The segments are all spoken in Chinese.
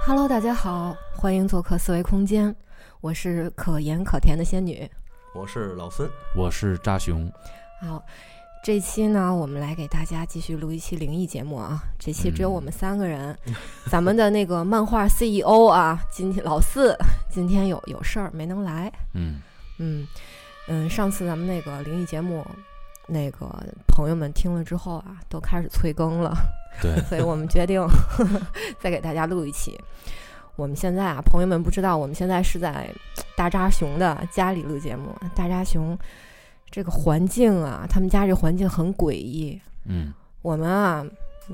Hello，大家好，欢迎做客思维空间，我是可盐可甜的仙女。我是老 孙，我是扎熊，好，这期呢，我们来给大家继续录一期灵异节目啊。这期只有我们三个人，咱们的那个漫画 CEO 啊，今天老四今天有有事儿没能来。嗯，嗯嗯，上次咱们那个灵异节目，那个朋友们听了之后啊，都开始催更了。对，所以我们决定再给大家录一期。我们现在啊，朋友们不知道，我们现在是在大扎熊的家里录节目。大扎熊这个环境啊，他们家这环境很诡异。嗯，我们啊，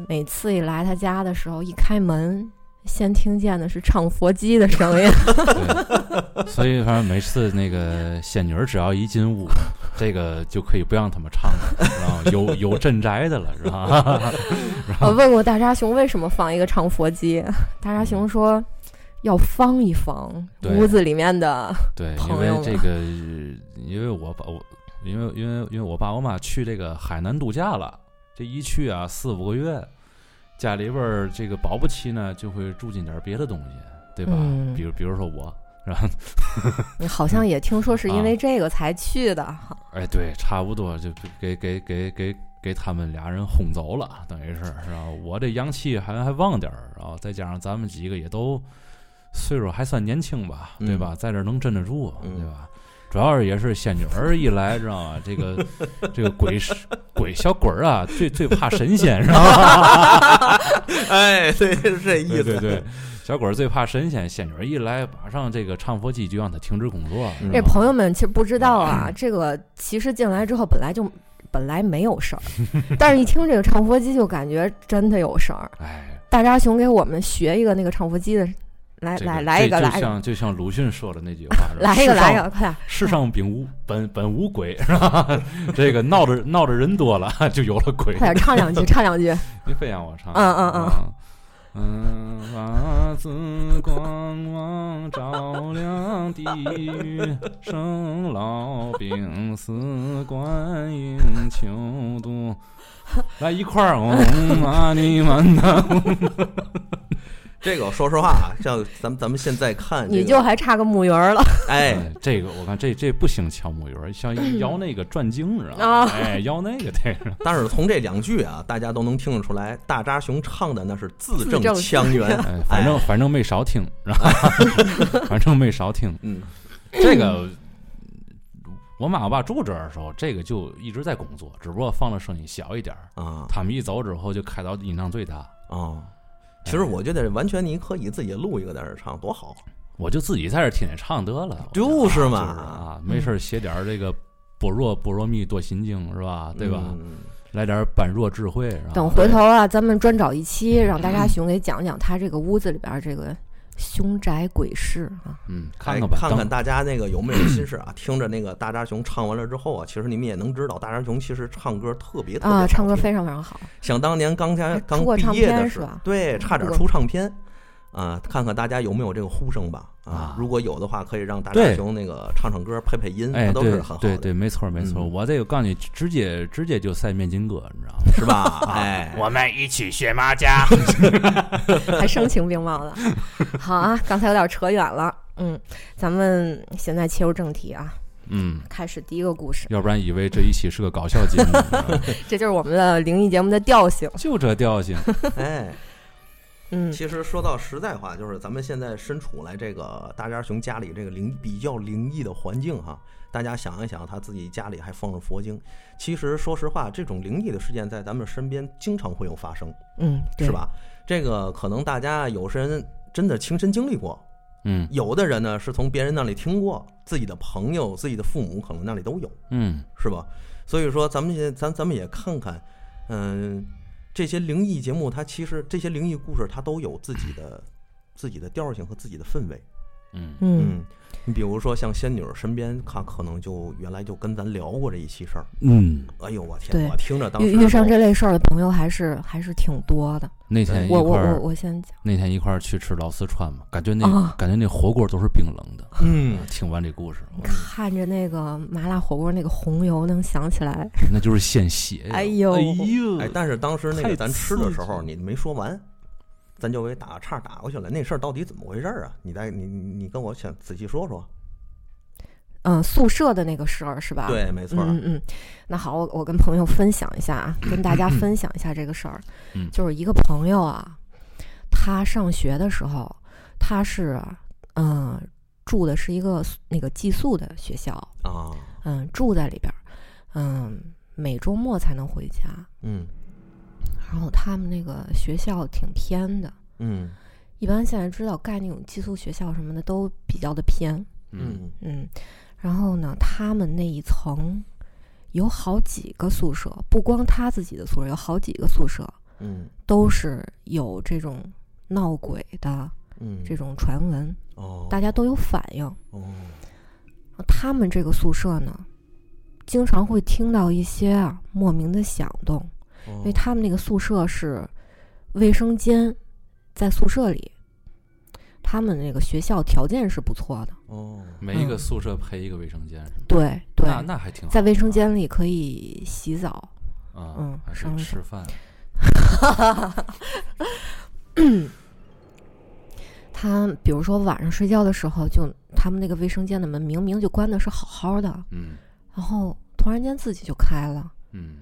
每次一来他家的时候，一开门，先听见的是唱佛机的声音。对， 所以反正每次那个仙女儿只要一进 屋，这个就可以不让他们唱了，然后有有镇宅的了，是 吧？我问过大扎熊为什么放一个唱佛机，大扎熊说要防一防对屋子里面的。 对，因朋为友这个，因为我爸我，因为因为因为我爸我妈去这个海南度假了，这一去啊四五个月，家里边儿这个保不齐呢就会住进点儿别的东西，对吧？嗯比如比如说我，然后你好像也听说是因为啊这个才去的哈。哎，对，差不多就就给给给给给他们俩人轰走了，等于是，然后我这阳气还还旺点儿，然后再加上咱们几个也都岁数还算年轻吧，对吧？在这儿能镇得住，啊嗯对吧？主要是也是仙女儿一来，知道吗？这个这个鬼是鬼小鬼儿啊，最最怕神仙，知道吗？哎，对，是这意 对思，对对，小鬼儿最怕神仙，仙女儿一来，马上这个唱佛机就让他停止工作了。嗯这知道吗朋友们其实不知道 啊，这个其实进来之后本来就本来没有事儿，但是一听这个唱佛机就感觉真的有事儿。哎，大扎熊给我们学一个那个唱佛机的，来这来个来一这个就来一个，像就像鲁迅说的那句话来一个世来上一个，快点！世上本无本本无鬼， 是吧？这个闹着闹着人多了， 就有了鬼。快点唱 两句，唱两句。你非让我唱？嗯嗯嗯啊。嗯，把紫光芒照亮地狱，生老病死观音求度。来一块儿，啊嗡嘛呢满的。这个说实话啊，像咱们咱们现在看、这个，你就还差个木鱼儿了，哎，哎，这个我看这这不行，敲木鱼儿，像 摇那个转经似啊的。哎，摇那个对。但是从这两句啊，大家都能听得出来，大扎熊唱的那是字字正正腔圆，哎，反正反正没少听，然后反正没少听。 嗯，这个我妈我爸住这儿的时候，这个就一直在工作，只不过放的声音小一点儿。啊他们一走之后，就开到音量最大。哎啊。其实我觉得完全你可以自己录一个在这儿唱，多好！我就自己在这儿天天唱得了，我觉得就是嘛啊啊，没事儿写点儿这个般若波罗蜜多心经是吧？对吧？嗯来点儿般若智慧，然后等回头啊，咱们专找一期，让大扎熊给讲讲他这个屋子里边儿这个凶宅鬼事啊。嗯，看看看吧，哎看等看大家那个有没有心事啊？听着那个大扎熊唱完了之后啊，其实你们也能知道，大扎熊其实唱歌特别特别啊，嗯好唱歌听非常非常好。想当年刚还家哎出刚过唱毕业的片时是候吧，对，差点出过出唱片啊！看看大家有没有这个呼声吧啊啊！如果有的话，可以让大家对熊那个唱唱歌、配配音，哎，那都是对很好对的，对，没错儿没错儿，嗯我这个告诉你，直接直接就赛面筋哥，你知道吗？是 吧？哎，我们一起学马甲。还声情并茂的。好啊，刚才有点扯远了。嗯，咱们现在切入正题啊，嗯，开始第一个故事。要不然以为这一期是个搞笑节目， 你知道吗这就是我们的灵异节目的调性。就这调性。哎，嗯，其实说到实在话，就是咱们现在身处来这个大家熊家里这个灵比较灵异的环境哈。大家想一想，他自己家里还放着佛经。其实说实话，这种灵异的事件在咱们身边经常会有发生，嗯，对是？吧？这个可能大家有些人真的亲身经历过，嗯有的人呢是从别人那里听过，自己的朋友、自己的父母可能那里都有，嗯，是吧？所以说咱们也咱咱们也看看，嗯，这些灵异节目它其实这些灵异故事它都有自己的自己的调性和自己的氛围。嗯，嗯嗯，你比如说像仙女儿身边，她可能就原来就跟咱聊过这一期事儿。嗯，哎呦我天，对我听着当时遇遇上都这类事儿的朋友还是还是挺多的。那天哎一我我块我儿我先讲，那天一块儿去吃老四川嘛，感觉那、啊感觉那火锅都是冰冷的。嗯，听完这故事，我看着那个麻辣火锅那个红油，能想起来。那就是献血呀。哎呦哎呦，哎，但是当时那太个咱吃的时刺激候了你没说完，咱就给打个岔打过去了。那事儿到底怎么回事儿啊？你再你你你跟我想仔细说说。嗯，宿舍的那个事儿是吧？对，没错儿，嗯嗯嗯，那好，我我跟朋友分享一下啊，跟大家分享一下这个事儿。嗯就是一个朋友啊，他上学的时候，他是嗯、住的是一个宿那个寄宿的学校，啊，嗯、住在里边儿，嗯、每周末才能回家。嗯然后他们那个学校挺偏的，嗯一般现在知道盖那种寄宿学校什么的都比较的偏，嗯嗯嗯，然后呢，他们那一层有好几个宿舍，不光他自己的宿舍，有好几个宿舍嗯都是有这种闹鬼的嗯，这种传闻，哦，大家都有反应。哦，他们这个宿舍呢，经常会听到一些啊莫名的响动，因为哦他们那个宿舍是卫生间在宿舍里，他们那个学校条件是不错的，哦，每一个宿舍配一个卫生间是吗？对对，那那还挺好在卫生间里可以洗澡。啊，嗯还上是卫吃饭 他比如说晚上睡觉的时候就，他们那个卫生间的门明明就关的是好好的，嗯然后突然间自己就开了，嗯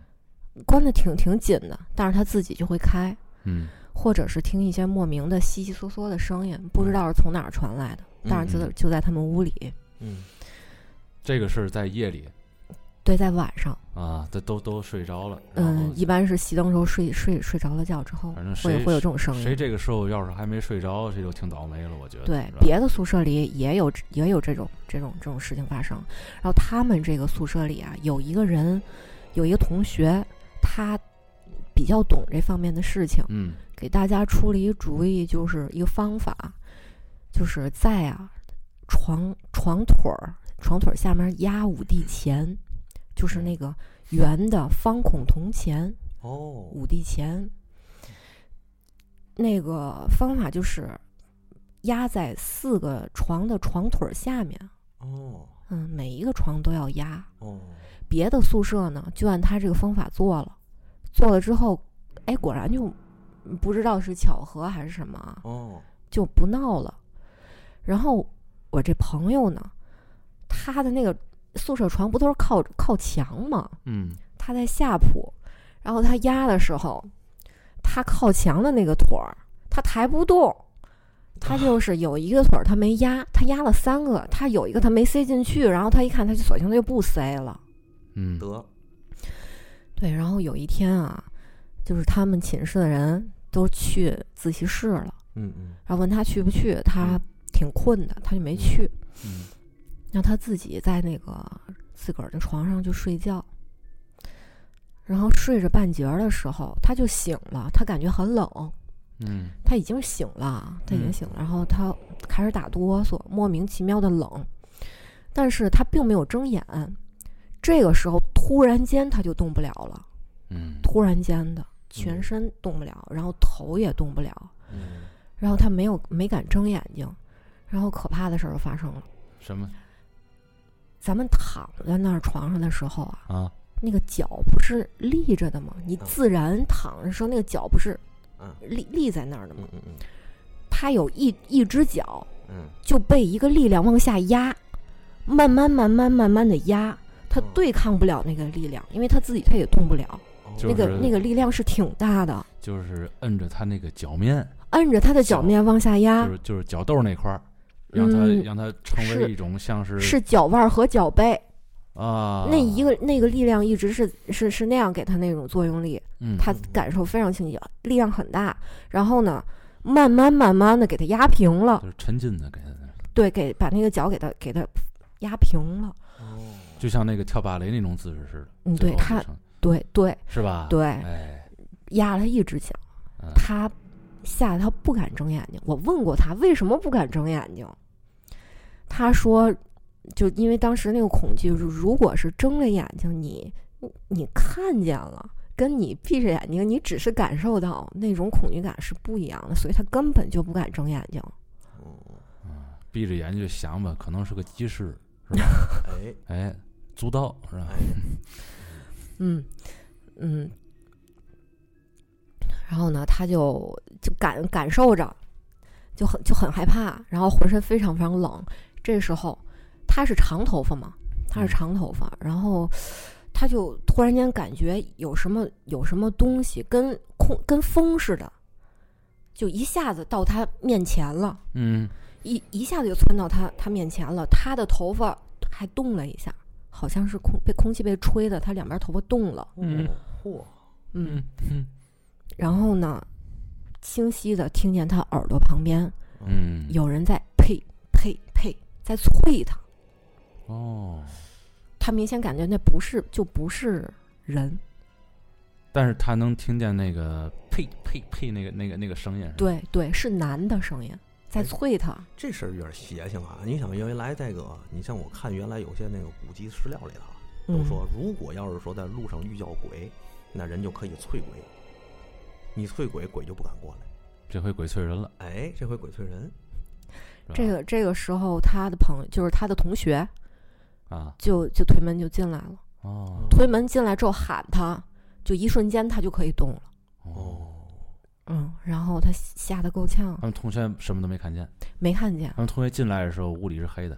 关的挺挺紧的，但是他自己就会开，嗯或者是听一些莫名的悉悉嗦嗦的声音，不知道是从哪儿传来的，但是就在嗯就在他们屋里，嗯这个是在夜里对，在晚上，啊，都都都睡着了，然后嗯，一般是熄灯时候睡睡睡着了觉之后反正，谁会会有这种声谁音。这个时候要是还没睡着，谁就挺倒霉了，我觉得。对是，吧别的宿舍里也有也有这种这种这种事情发生。然后他们这个宿舍里啊，有一个人，有一个同学，他比较懂这方面的事情，嗯给大家出了一主意，就是一个方法，就是在啊床床腿儿床腿儿下面压五帝钱，就是那个圆的方孔铜钱，哦，五帝钱。那个方法就是压在四个床的床腿儿下面，哦嗯，每一个床都要压。哦，别的宿舍呢，就按他这个方法做了，做了之后，哎，果然就不知道是巧合还是什么啊，哦，就不闹了。然后我这朋友呢，他的那个宿舍床不都是靠靠墙吗？嗯他在下铺，然后他压的时候，他靠墙的那个腿儿，他抬不动，他就是有一个腿儿他没压，他压了三个，他有一个他没塞进去，然后他一看他就索性他就不塞了。嗯得，对，然后有一天啊，就是他们寝室的人都去自习室了，嗯嗯然后问他去不去，他嗯挺困的，他就没去，嗯让他自己在那个自个儿的床上就睡觉。然后睡着半截儿的时候，他就醒了，他感觉很冷，嗯他已经醒了，他已经嗯醒了，然后他开始打哆嗦，莫名其妙的冷，但是他并没有睁眼。这个时候突然间他就动不了了，嗯突然间的全嗯身动不了，然后头也动不了，嗯，然后他没有没敢睁眼睛，然后可怕的事儿就发生了。什么咱们躺在那儿床上的时候啊，啊？那个脚不是立着的吗？你嗯自然躺着的时候，那个脚不是嗯立立在那儿的吗嗯？嗯嗯他有一一只脚嗯，就被一个力量往下压，慢慢慢慢慢慢的压，他嗯对抗不了那个力量，因为他自己他也动不了，哦就那个是那个力量是挺大的，就是摁着他那个脚面，按着他的脚脚面往下压就，是就是脚豆那块儿，让他啊嗯让他成是为一种像是是脚腕儿和脚背，啊那一个那个力量一直是是是那样给他那种作用力，嗯他感受非常清晰，力量很大。然后呢，慢慢慢慢的给他压平了，就是沉浸的给他那，对，给把那个脚给他给他压平了。哦，就像那个跳芭蕾那种姿势似的。嗯，最对后就他，成对对是吧？对哎，压了一只脚，嗯他吓得他不敢睁眼睛。我问过他为什么不敢睁眼睛，他说，就因为当时那个恐惧，就是如果是睁着眼睛，你你你看见了。跟你闭着眼睛，你只是感受到那种恐惧感是不一样的，所以他根本就不敢睁眼睛。哦闭着眼睛就想吧，可能是个鸡翅，是吧？哎哎，足道 是吧？哎，嗯，嗯，然后呢，他就就感感受着，就很就很害怕，然后浑身非常非常冷。这时候他是长头发嘛，他是长头发，然后他就突然间感觉有什么有什么东西跟空跟风似的，就一下子到他面前了，嗯一一下子就窜到他他面前了。他的头发还动了一下，好像是空被空气被吹的，他两边头发动了，嗯嚯，嗯嗯嗯然后呢，清晰的听见他耳朵旁边嗯，有人在呸呸呸在啐他，哦，他明显感觉那不是就不是人，但是他能听见那个呸呸呸那个那个那个声音是吧，对对，是男的声音在啐他，这事儿有点邪性啊！你想原来这个，你像我看原来有些那个古籍史料里头啊都嗯说，如果要是说在路上遇到鬼，那人就可以淬鬼，你淬鬼，鬼就不敢过来。这回鬼催人了。哎，这回鬼淬人，是吧这个这个时候他的朋友就是他的同学啊就就推门就进来了，嗯哦推门进来之后喊他，就一瞬间他就可以动了，哦，嗯，然后他吓得够呛他，们同学什么都没看见，没看见他，们同学进来的时候屋里是黑的。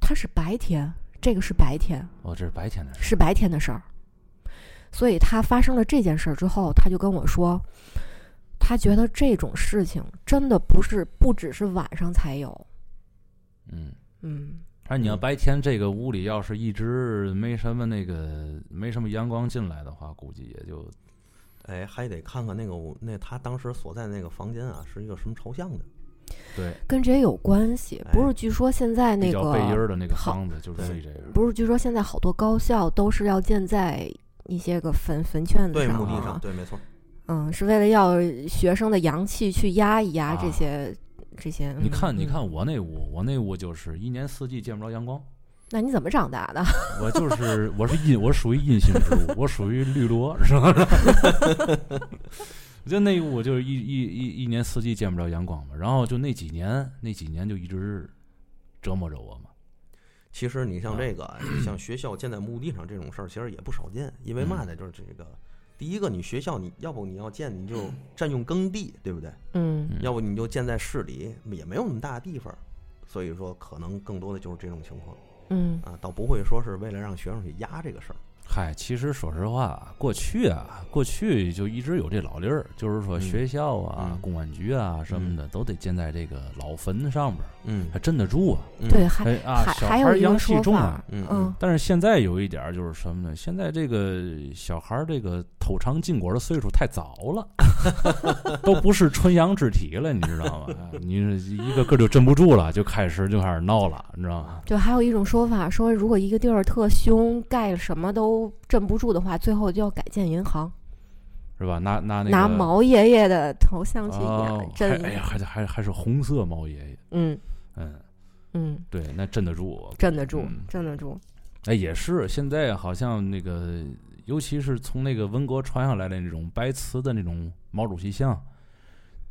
他是白天，这个是白天，哦，这是白天的事。是白天的事儿。所以他发生了这件事儿之后，他就跟我说，他觉得这种事情真的不是不只是晚上才有，嗯，嗯，而你要嗯白天这个屋里要是一直没什么那个没什么阳光进来的话，估计也就哎，还得看看那个我那他当时所在那个房间啊，是一个什么朝向的。嗯对跟这也有关系。不是，据说现在哎比那较背阴个儿的那个好房子就对注意这个。不是，据说现在好多高校都是要建在一些个坟坟圈子对，上墓地啊上，对，没错。嗯，是为了要学生的阳气去压一压这啊些、这些。你嗯看，你嗯看我那屋，我那屋就是一年四季见不着阳光。那你怎么长大的？ 我就是我是阴，我属于阴性植物，我属于绿萝，是吧？ 我就那一屋就是一一一一年四季见不着阳光嘛，然后就那几年那几年就一直折磨着我嘛。其实你像这个，嗯你像学校建在墓地上这种事儿，其实也不少见。因为嘛嗯呢，就是这个，第一个，你学校你要不你要建，你就占用耕地，对不对？嗯嗯要不你就建在市里，也没有那么大的地方，所以说可能更多的就是这种情况嗯啊，倒不会说是为了让学生去压这个事儿。嗨，其实说实话，过去啊，过去就一直有这老理儿，就是说嗯学校啊、嗯公安局啊什么的，都得建在这个老坟上边儿，嗯还镇得住啊。对，还哎啊还，小还孩有儿一个阳气说重法啊。，嗯嗯，但是现在有一点儿就是什么呢？现在这个小孩儿这个偷尝禁果的岁数太早了，都不是纯阳之体了，你知道吗？你一个个就镇不住了，就开始就开始闹了，你知道吗？就还有一种说法，说如果一个地儿特凶，盖什么都镇不住的话，最后就要改建银行，是吧？拿拿那个拿毛爷爷的头像去哦养，还镇。哎呀，还还还是红色毛爷爷，嗯嗯，嗯，对，那镇得住我。镇得住，嗯镇得住。哎，也是，现在好像那个，尤其是从那个文革传下来的那种白瓷的那种毛主席像，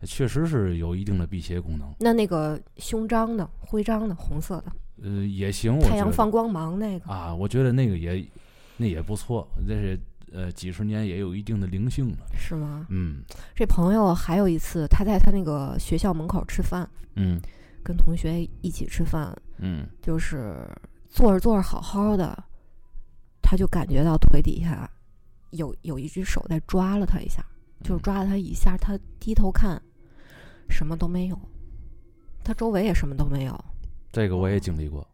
确实是有一定的辟邪功能。那那个胸章的、徽章的、红色的，呃，也行，我太觉阳得放光芒那个，啊，我觉得那个也那也不错，这是呃几十年也有一定的灵性了。是吗？嗯这朋友还有一次，他在他那个学校门口吃饭，嗯跟同学一起吃饭，嗯，就是坐着坐着好好的，他就感觉到腿底下有有一只手在抓了他一下，嗯就是抓了他一下，他低头看，什么都没有，他周围也什么都没有。这个我也经历过。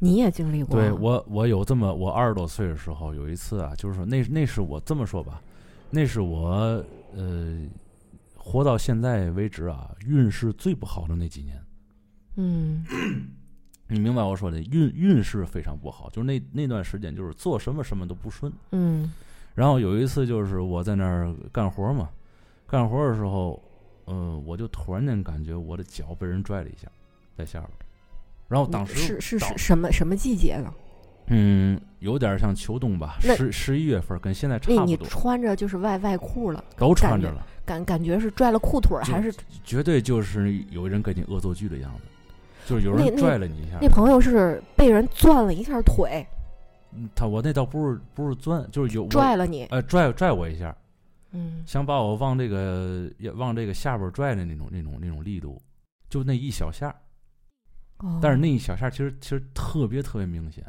你也经历过，对我我有这么我二十多岁的时候有一次啊，就是说那那是我这么说吧，那是我呃活到现在为止啊运势最不好的那几年。嗯你明白我说的运运势非常不好，就是那那段时间就是做什么什么都不顺。嗯然后有一次就是我在那儿干活嘛，干活的时候，呃，我就突然间感觉我的脚被人拽了一下，在下边儿。然后哦当时是是当是什么什么季节了？嗯，有点像秋冬吧，那十十一月份跟现在那差你不多，穿着就是外外裤了，都穿着感了，感感觉是拽了裤腿儿就还是？绝对就是有人给你恶作剧的样子，就是有那人那拽了你一下那。朋友是被人攥了一下腿，嗯他我那倒不是不是钻，就是有我拽了你，呃拽拽我一下，嗯想把我往这个往这个下边拽的那种那种那种力度，就那一小下儿，哦，但是那一小下儿其实其实特别特别明显。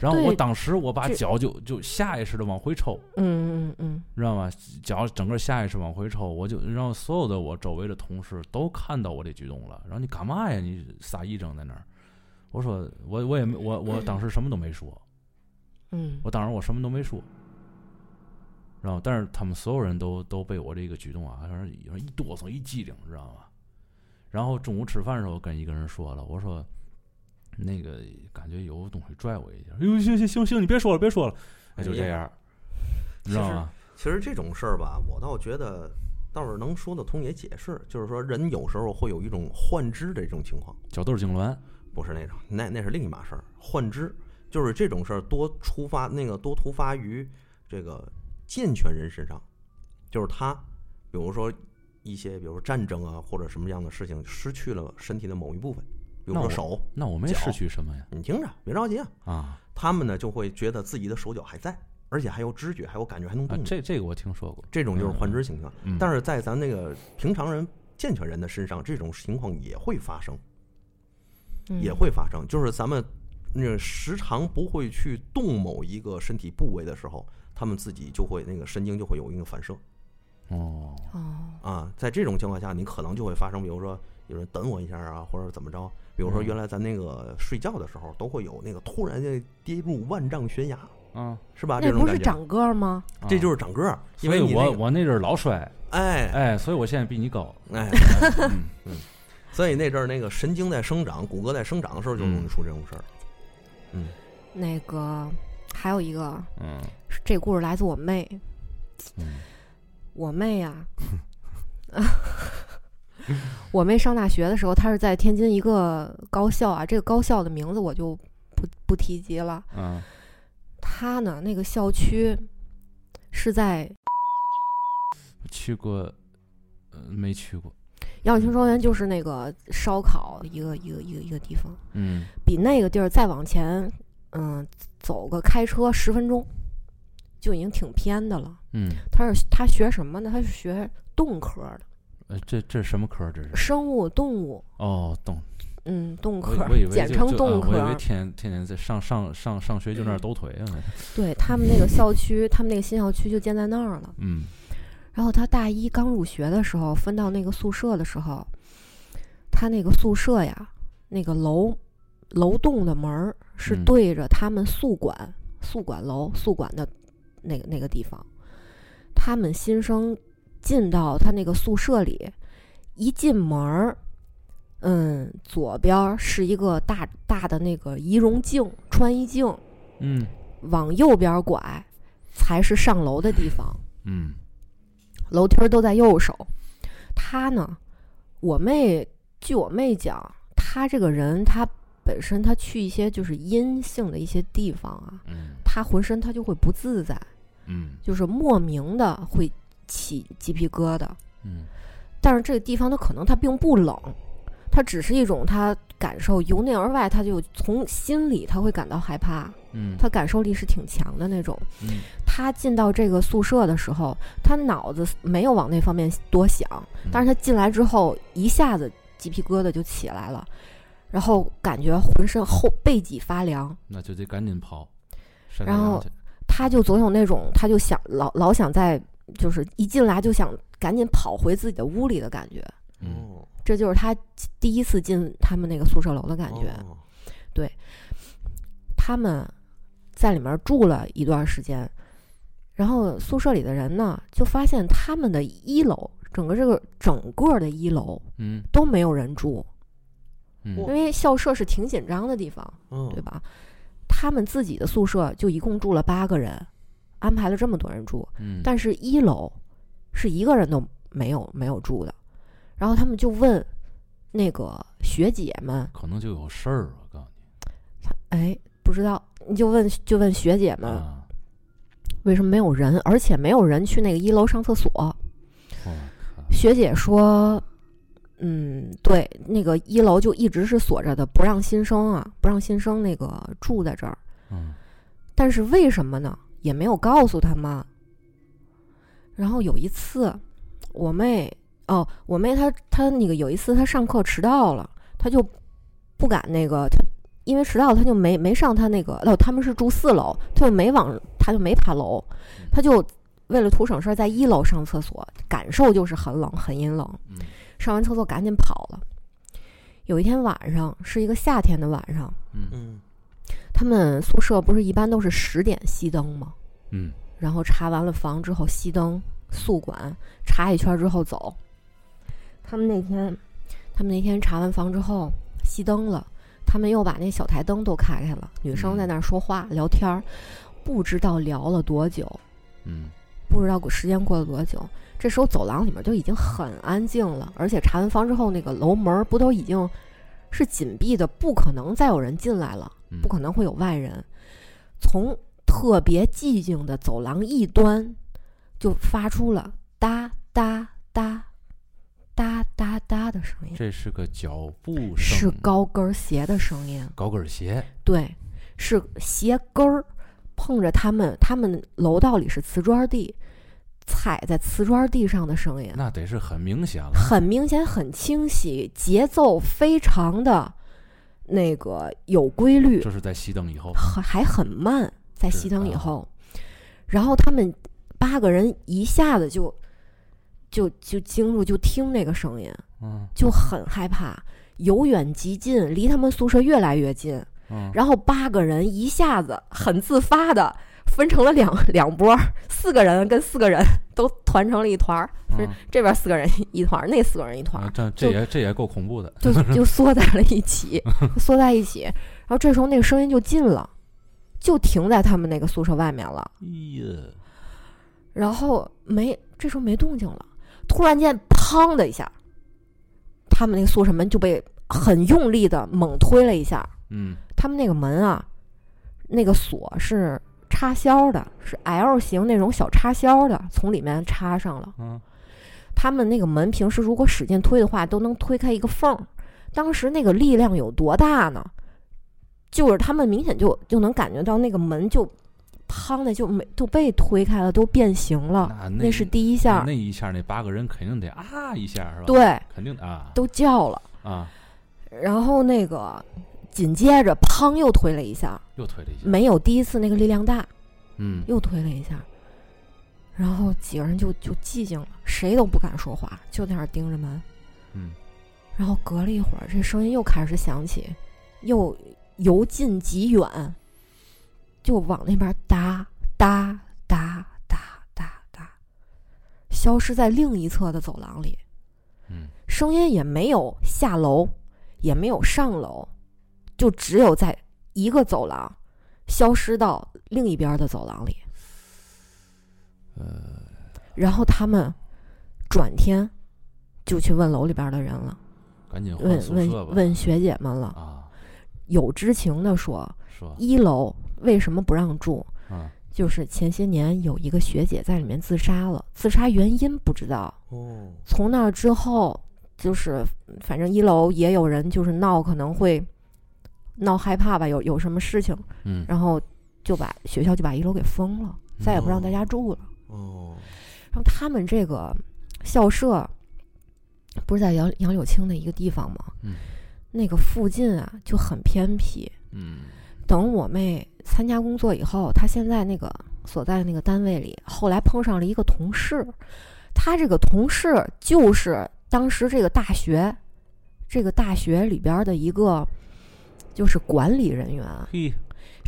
然后我对当时我把这脚就就下意识的往回抽，嗯嗯嗯知道吗？脚整个下意识往回抽，我就让所有的我周围的同事都看到我这举动了。然后你干嘛呀？你撒一整在那儿？我说我我也没我我当时什么都没说，嗯我当时我什么都没说。然后，但是他们所有人都都被我这个举动啊，反正有人一哆嗦一激灵，知道吗？然后中午吃饭的时候，跟一个人说了，我说那个感觉有东西拽我一下，哎呦行行行行，你别说了别说了，哎就这样，你知道吗？其实这种事儿吧，我倒觉得倒是能说得通，也解释，就是说人有时候会有一种幻肢的这种情况，角豆痉挛，不是那种，那那是另一码事儿。幻肢就是这种事儿多出发，那个多突发于这个健全人身上，就是他，比如说一些，比如说战争啊或者什么样的事情，失去了身体的某一部分，比如那说我手。那我没脚失去什么呀？你听着，别着急啊。啊，他们呢就会觉得自己的手脚还在，而且还有知觉，还有感觉，还能啊动。这这个我听说过，这种就是幻肢情况。嗯，但是是在咱那个平常人、健全人的身上，这种情况也会发生，嗯，也会发生。就是咱们那个时常不会去动某一个身体部位的时候，他们自己就会那个神经就会有一个反射哦，哦，啊。在这种情况下，你可能就会发生，比如说有人等我一下啊，或者怎么着。比如说，嗯原来咱那个睡觉的时候，都会有那个突然间跌入万丈悬崖，啊，是吧？这那种不是感觉，长个儿吗？啊嗯这就是长个儿，因为所以你我那个我那阵儿老摔，哎哎，所以我现在比你高， 哎，嗯所以那阵儿那个神经在生长，骨骼在生长的时候就嗯容易出这种事儿。那个还有一个，嗯这故事来自我妹，嗯我妹 呀、我妹上大学的时候，她是在天津一个高校啊，这个高校的名字我就不不提及了。嗯她呢，那个校区是在去过，呃，没去过，杨柳青庄园，就是那个烧烤一个一个一个一个地方，嗯，比那个地儿再往前，嗯、走个开车十分钟，就已经挺偏的了。嗯，她是她学什么呢？她是学动科的，呃，这这是什么科？这是生物动物，哦，动，嗯，动我科以我以 为，简就称就动啊科。我以为天天天在上上上上学就那儿抖腿啊，对他们那个校区，他们那个新校区就建在那儿了。嗯然后他大一刚入学的时候，分到那个宿舍的时候，他那个宿舍呀，那个楼楼栋的门儿是嗯对着他们宿管宿管楼宿管的那个那个地方。他们新生进到他那个宿舍里，一进门儿，嗯，左边儿是一个大大的那个仪容镜穿衣镜，嗯往右边拐才是上楼的地方，嗯楼梯儿都在右手。他呢，我妹，据我妹讲，他这个人，他本身他去一些就是阴性的一些地方啊，嗯他浑身他就会不自在，嗯就是莫名的会起鸡皮疙瘩。嗯但是这个地方它可能它并不冷，它只是一种他感受由内而外，他就从心里他会感到害怕，嗯他感受力是挺强的那种。嗯他进到这个宿舍的时候，他脑子没有往那方面多想，但是他进来之后，一下子鸡皮疙瘩就起来了，然后感觉浑身后背脊发凉，那就得赶紧跑，晒太然阳后去他就总有那种，他就想老老想在，就是一进来就想赶紧跑回自己的屋里的感觉，嗯哦，这就是他第一次进他们那个宿舍楼的感觉。哦他们在里面住了一段时间，然后宿舍里的人呢，就发现他们的一楼，整个这个整个的一楼嗯都没有人住，嗯因为校舍是挺紧张的地方，嗯对吧？他们自己的宿舍就一共住了八个人，安排了这么多人住，嗯，但是一楼是一个人都没有没有住的，然后他们就问那个学姐们，可能就有事儿，我告诉你哎，不知道，你就问就问学姐们。啊，为什么没有人，而且没有人去那个一楼上厕所。我靠，学姐说，嗯，对，那个一楼就一直是锁着的，不让新生啊，不让新生那个住在这儿。嗯但是为什么呢？也没有告诉他们。然后有一次，我妹哦，我妹她她那个有一次她上课迟到了，她就不敢那个，她因为迟到了她就没没上她那个，哦，他们是住四楼，她就没往她就没爬楼，她就为了图省事儿在一楼上厕所，感受就是很冷很阴冷，嗯上完厕所赶紧跑了。有一天晚上是一个夏天的晚上，嗯嗯他们宿舍不是一般都是十点熄灯吗？嗯然后查完了房之后熄灯，宿管查一圈之后走。他们那天，他们那天查完房之后熄灯了，他们又把那小台灯都开开了，女生在那儿说话、聊天儿，不知道聊了多久，嗯不知道过时间过了多久。这时候走廊里面就已经很安静了，而且查完房之后，那个楼门儿不都已经是紧闭的，不可能再有人进来了。嗯，不可能会有外人。从特别寂静的走廊一端，就发出了哒哒哒哒哒哒的声音，这是个脚步声，是高跟鞋的声音，高跟鞋，对，是鞋跟儿碰着他们，他们楼道里是瓷砖地，踩在瓷砖地上的声音，那得是很明显了。很明显，很清晰，节奏非常的那个有规律，这是在熄灯以 后，很还很慢，在是熄灯以啊后，然后他们八个人一下子就就就惊住，就听那个声音，嗯就很害怕，由远及近，离他们宿舍越来越近，嗯，然后八个人一下子很自发的分成了两两波儿，四个人跟四个人 都团成了一团儿，是嗯这边四个人一团儿，那四个人一团儿啊，，这就这也这也够恐怖的。就就缩在了一起，缩在一起。然后这时候那个声音就近了，就停在他们那个宿舍外面了。咦，然后没这时候没动静了，突然间砰的一下，他们那个宿舍门就被很用力的猛推了一下。嗯他们那个门啊，那个锁是插销的，是 L 型那种小插销的，从里面插上了。嗯他们那个门平时如果使劲推的话，都能推开一个缝儿。当时那个力量有多大呢？就是他们明显就就能感觉到那个门就，砰的就没就被推开了，都变形了。那那是第一下，那一下那八个人肯定得啊一下是吧？，对，肯定的啊都叫了。啊，然后那个紧接着砰又推了一下，又推了一下，没有第一次那个力量大，嗯又推了一下。然后几个人就就寂静了，谁都不敢说话，就在那儿盯着门。嗯然后隔了一会儿，这声音又开始响起，又由近及远，就往那边哒哒哒哒哒哒，消失在另一侧的走廊里。嗯，声音也没有下楼，也没有上楼，就只有在一个走廊消失到另一边的走廊里。呃，然后他们转天就去问楼里边的人了，赶紧换问哦宿舍吧问问学姐们了。啊，有知情的说，说一楼为什么不让住？啊，就是前些年有一个学姐在里面自杀了，自杀原因不知道。哦，从那之后，就是反正一楼也有人就是闹，可能会闹害怕吧，有有什么事情，嗯然后就把学校就把一楼给封了，再也不让大家住了。哦，然后他们这个校舍不是在杨杨柳青的一个地方吗？嗯那个附近啊就很偏僻，嗯等我妹参加工作以后，她现在那个所在的那个单位里，后来碰上了一个同事，她这个同事就是当时这个大学，这个大学里边的一个就是管理人员。嘿，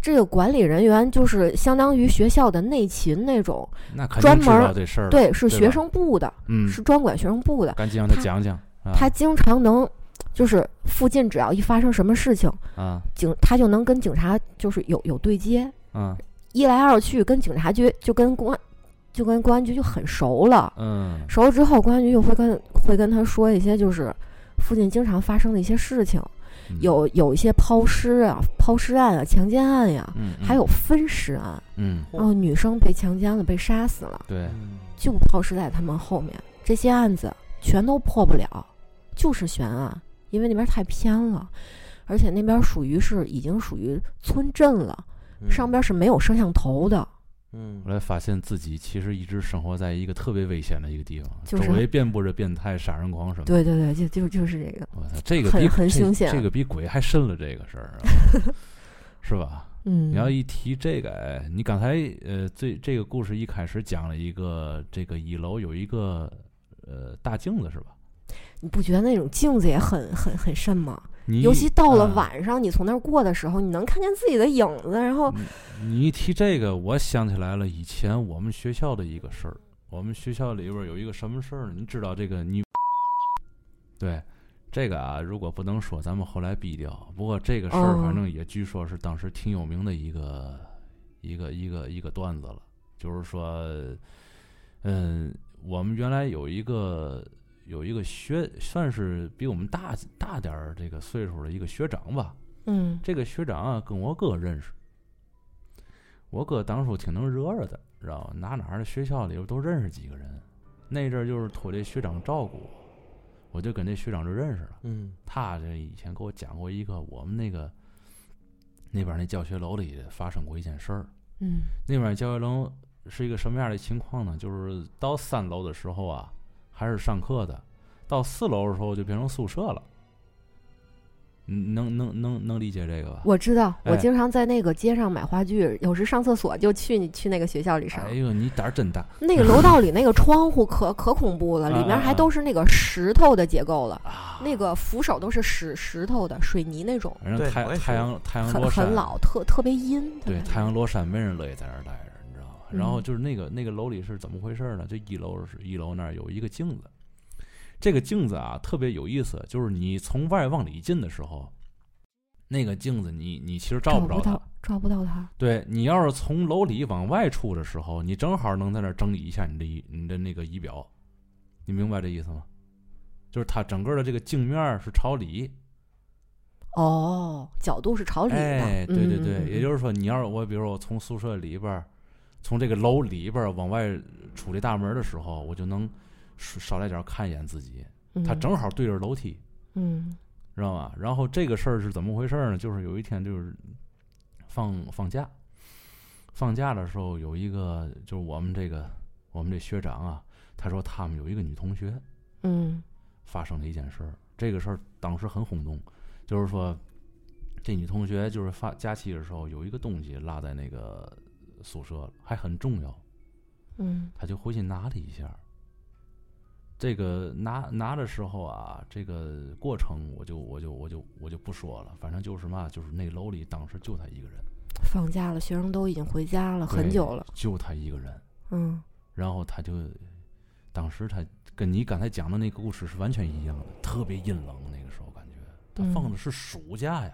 这个管理人员就是相当于学校的内勤那种，那肯专定知门道这事儿了，对，是对学吧生部的，嗯，是专管学生部的。赶紧让他他讲讲啊他经常能，就是附近只要一发生什么事情，啊警他就能跟警察就是有有对接，啊一来二去跟警察局就跟公安就跟公安局就很熟了，嗯熟了之后公安局就会跟会跟他说一些就是附近经常发生的一些事情，嗯有有一些抛尸啊、抛尸案啊、强奸案呀、嗯还有分尸案，嗯然后女生被强奸了被杀死了，对哦嗯就抛尸在他们后面，这些案子全都破不了，就是悬案，因为那边太偏了，而且那边属于是已经属于村镇了，上边是没有摄像头的。嗯后来发现自己其实一直生活在一个特别危险的一个地方，就是周围遍布着变态、杀人狂什么的。对对对，就就就是这个，我操，这个很比很这凶险这个比鬼还深了，这个事儿 啊，是吧？嗯，你要一提这个，哎，你刚才呃，最这个故事一开始讲了一个，这个一楼有一个呃大镜子是吧？你不觉得那种镜子也很很很深吗？你尤其到了嗯晚上，你从那儿过的时候，你能看见自己的影子，然后你一提这个，我想起来了，以前我们学校的一个事儿。我们学校里边有一个什么事儿呢？你知道这个你，对，这个啊，如果不能说，咱们后来毙掉。不过这个事儿，哦反正也据说是当时挺有名的一个、一个一个一个段子了。就是说，嗯，我们原来有一个有一个学，算是比我们大大点儿这个岁数的一个学长吧，嗯这个学长啊，跟我哥认识。我哥当初挺能惹惹的，知道吧？哪哪儿的学校里边都认识几个人。那阵儿就是托这学长照顾我，我就跟这学长就认识了。嗯他这以前给我讲过一个我们那个那边那教学楼里发生过一件事儿。嗯那边教学楼是一个什么样的情况呢？就是到三楼的时候啊，还是上课的；到四楼的时候就变成宿舍了。嗯能能能能理解这个吧？我知道，我哎经常在那个街上买话剧，有时上厕所就去你去那个学校里上。哎呦，你胆儿真大那个楼道里那个窗户可可恐怖了，啊里面啊还啊都是那个石头的结构了，啊！那个扶手都是石石头的水泥那种，反正对太我也是太阳太阳很落山很，老，特特别阴。对吧太阳落山没人乐意在那儿待着，你知道吗？嗯然后就是那个那个楼里是怎么回事呢？就一楼是一楼那儿有一个镜子，这个镜子啊特别有意思，就是你从外往里进的时候，那个镜子你你其实照找不着它到。，找不到它。对你要是从楼里往外出的时候，你正好能在那儿整理一下你的仪你的那个仪表，你明白这意思吗？就是它整个的这个镜面儿是朝里，哦，角度是朝里的。哎，对对对，嗯也就是说，你要是我，比如说我从宿舍里边儿，从这个楼里边儿往外出这大门儿的时候，我就能少少来点儿看一眼自己。他正好对着楼梯，嗯知道吗？然后这个事儿是怎么回事儿呢？就是有一天就是放放假，放假的时候有一个就是我们这个我们这学长啊，他说他们有一个女同学，嗯发生了一件事儿，这个事儿当时很轰动，就是说，这女同学就是发假期的时候有一个东西落在那个宿舍了，还很重要，嗯她就回去拿了一下。这个拿拿的时候啊，这个过程我就我就我就我就不说了，反正就是嘛，就是那楼里当时就她一个人，嗯，放假了，学生都已经回家了，很对久了。就她一个人，嗯然后她就，当时她跟你刚才讲的那个故事是完全一样的，特别阴冷那个时候感觉。他嗯放的是暑假呀，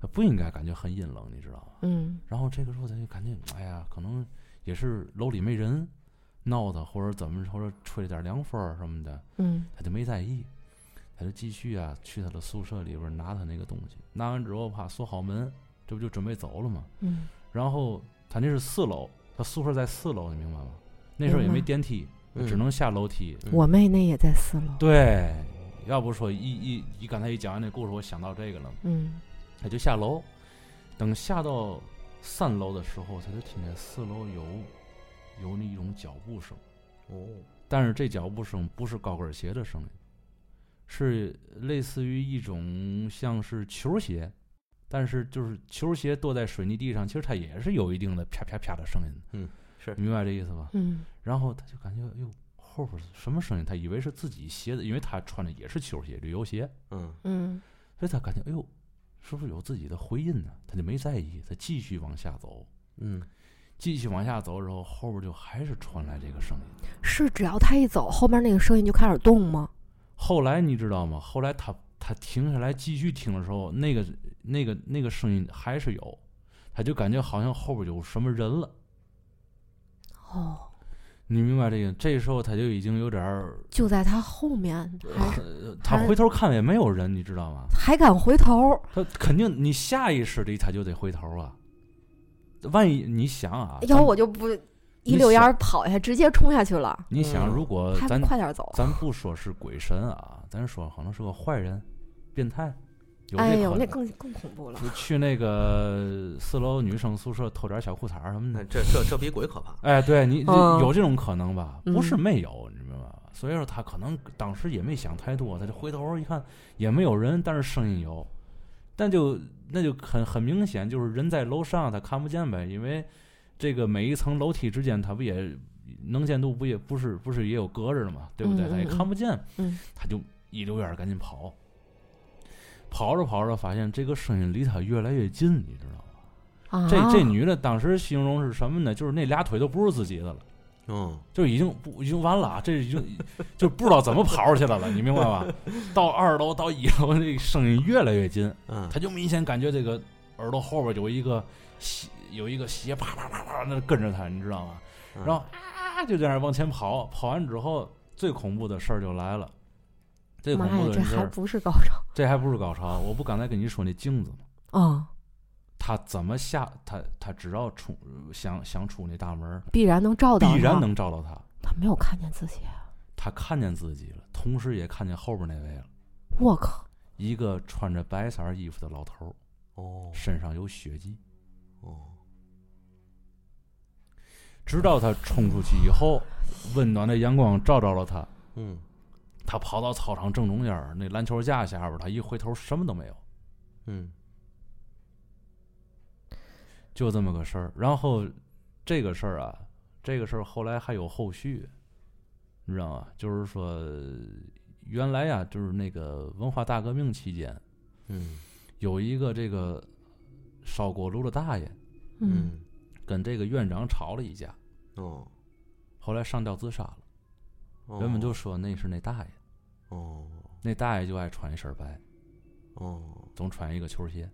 他不应该感觉很阴冷，你知道吗？嗯然后这个时候咱就感觉，哎呀，可能也是楼里没人闹的，或者怎么，或者吹了点凉风儿什么的，嗯他就没在意，他就继续啊去他的宿舍里边拿他那个东西，拿完之后怕锁好门，这不就准备走了吗？嗯，然后他那是四楼，他宿舍在四楼，你明白吗？那时候也明白没电梯，嗯只能下楼梯。嗯我妹那也在四楼。对，要不说一一一刚才一讲完那故事，我想到这个了。嗯他就下楼，等下到三楼的时候，他就听见四楼有有那一种脚步声，哦，但是这脚步声不是高跟鞋的声音，是类似于一种像是球鞋，但是就是球鞋跺在水泥地上，其实它也是有一定的啪啪啪的声音的。嗯，是你明白这意思吧？嗯然后他就感觉哟。后边是什么声音？他以为是自己鞋子，因为他穿的也是球鞋、旅游鞋。嗯嗯所以他感觉哎呦，是不是有自己的回音呢？他就没在意，他继续往下走，嗯，继续往下走，然后后边就还是传来这个声音。是只要他一走，后面那个声音就开始动吗？后来你知道吗？后来他他停下来继续听的时候，那个那个那个声音还是有，他就感觉好像后边有什么人了。哦，你明白这个？这时候他就已经有点儿，就在他后面，还是呃他回头看也没有人，你知道吗？还敢回头？他肯定你下意识的他就得回头啊。万一你想啊，要咱我就不一你溜烟想儿跑下去，直接冲下去了。你想，嗯如果还呃咱不快点走？咱不说是鬼神啊，咱说可能是个坏人、变态，有哎这呦，可那能。更更恐怖了。就去那个四楼女生宿舍偷点小裤衩儿什么那的。这这这比鬼可怕。哎，对你嗯这有这种可能吧？嗯不是没有，你明白吧？所以说他可能当时也没想太多，他就回头一看也没有人，但是声音有，但就那就很很明显，就是人在楼上他看不见呗，因为这个每一层楼梯之间他不也能见度不也不是不是也有隔着的嘛，对不对？嗯他也嗯嗯看不见，嗯他就一溜烟儿赶紧跑，跑着跑着发现这个声音离他越来越近，你知道吗？啊，这这女的当时形容是什么呢？就是那俩腿都不是自己的了，嗯，就已经不已经完了啊，这已经 就不知道怎么跑出去的了，你明白 吧？到二楼到一楼，这声音越来越近，嗯，她就明显感觉这个耳朵后边有一个鞋有一个鞋啪啪啪啪那跟着她，你知道吗？嗯然后啊就在那儿往前跑，跑完之后最恐怖的事儿就来了，最恐妈怖呀，这的事还儿不是高潮这还不是高潮，我不刚才跟你说那镜子吗？啊！他怎么下他他只要出想想出那大门儿，必然能照到，必然。能照到他。他没有看见自己，他看见自己了，同时也看见后边那位了，我靠！一个穿着白色衣服的老头儿，哦身上有血迹。哦，直到他冲出去以后，温暖的阳光照着了他，嗯他跑到操场正中间儿那篮球架下边儿，他一回头什么都没有，嗯就这么个事儿。然后这个事儿啊，这个事儿后来还有后续，你知道吗？就是说，原来呀、就是那个文化大革命期间，嗯有一个这个烧锅炉的大爷嗯，嗯跟这个院长吵了一架，哦，后来上吊自杀了。哦人们就说那是那大爷，哦那大爷就爱穿一身白，哦，总穿一个球鞋。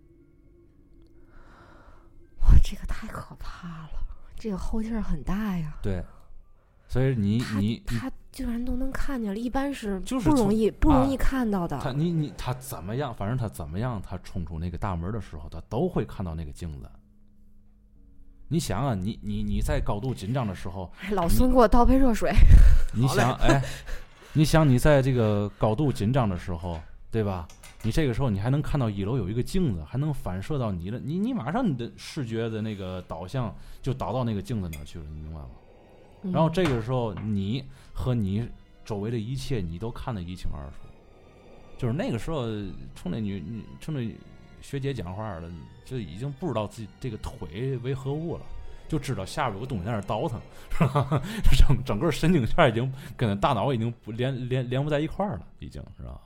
哇，这个太可怕了，这个后劲儿很大呀。对，所以你他你他居然都能看见了，一般是嗯就是不容从易不容啊易看到的。他你你他怎么样？反正他怎么样，他冲出那个大门的时候，他都会看到那个镜子。你想啊，你你你在高度紧张的时候，哎老孙给我倒杯热水。 你好嘞想哎，你想你在这个高度紧张的时候，对吧？你这个时候你还能看到一楼有一个镜子，还能反射到你的，你你马上你的视觉的那个导向就导到那个镜子那儿去了，你明白吗？嗯嗯然后这个时候你和你周围的一切你都看得一清二楚，就是那个时候冲那女女冲那学姐讲话了，就已经不知道自己这个腿为何物了。就知道下边有个东西在那儿倒腾， 是吧？整整个神经线已经跟大脑已经不连连连不在一块儿了，已经是吧？